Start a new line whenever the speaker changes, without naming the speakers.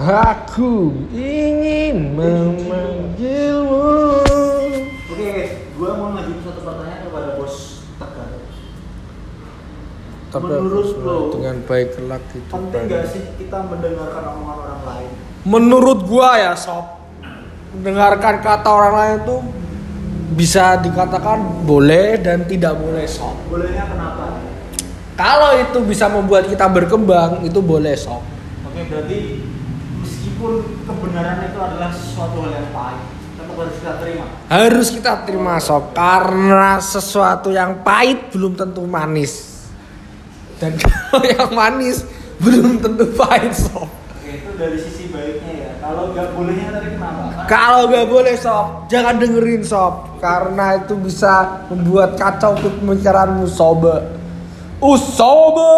Aku ingin memanggilmu.
Oke, gue mau ngajuin satu pertanyaan kepada bos Tegar.
Tapi
Menurut
aku
lo,
dengan baik kelak gitu.
Penting gak sih kita mendengarkan omongan orang lain?
Menurut gua ya sob, mendengarkan kata orang lain itu bisa dikatakan boleh dan tidak boleh sob.
Bolehnya kenapa?
Kalau itu bisa membuat kita berkembang itu boleh sob.
Oke, berarti meskipun kebenaran itu adalah suatu hal yang pahit, tetap harus kita terima.
Harus kita terima sob karena sesuatu yang pahit belum tentu manis. Dan kalau yang manis belum tentu pahit sob.
Oke, itu dari sisi baiknya ya. Kalau nggak bolehnya tadi kenapa? Karena
Kalau nggak boleh sob, jangan dengerin sob karena itu bisa membuat kacau pemikiranmu sobe. Usobe.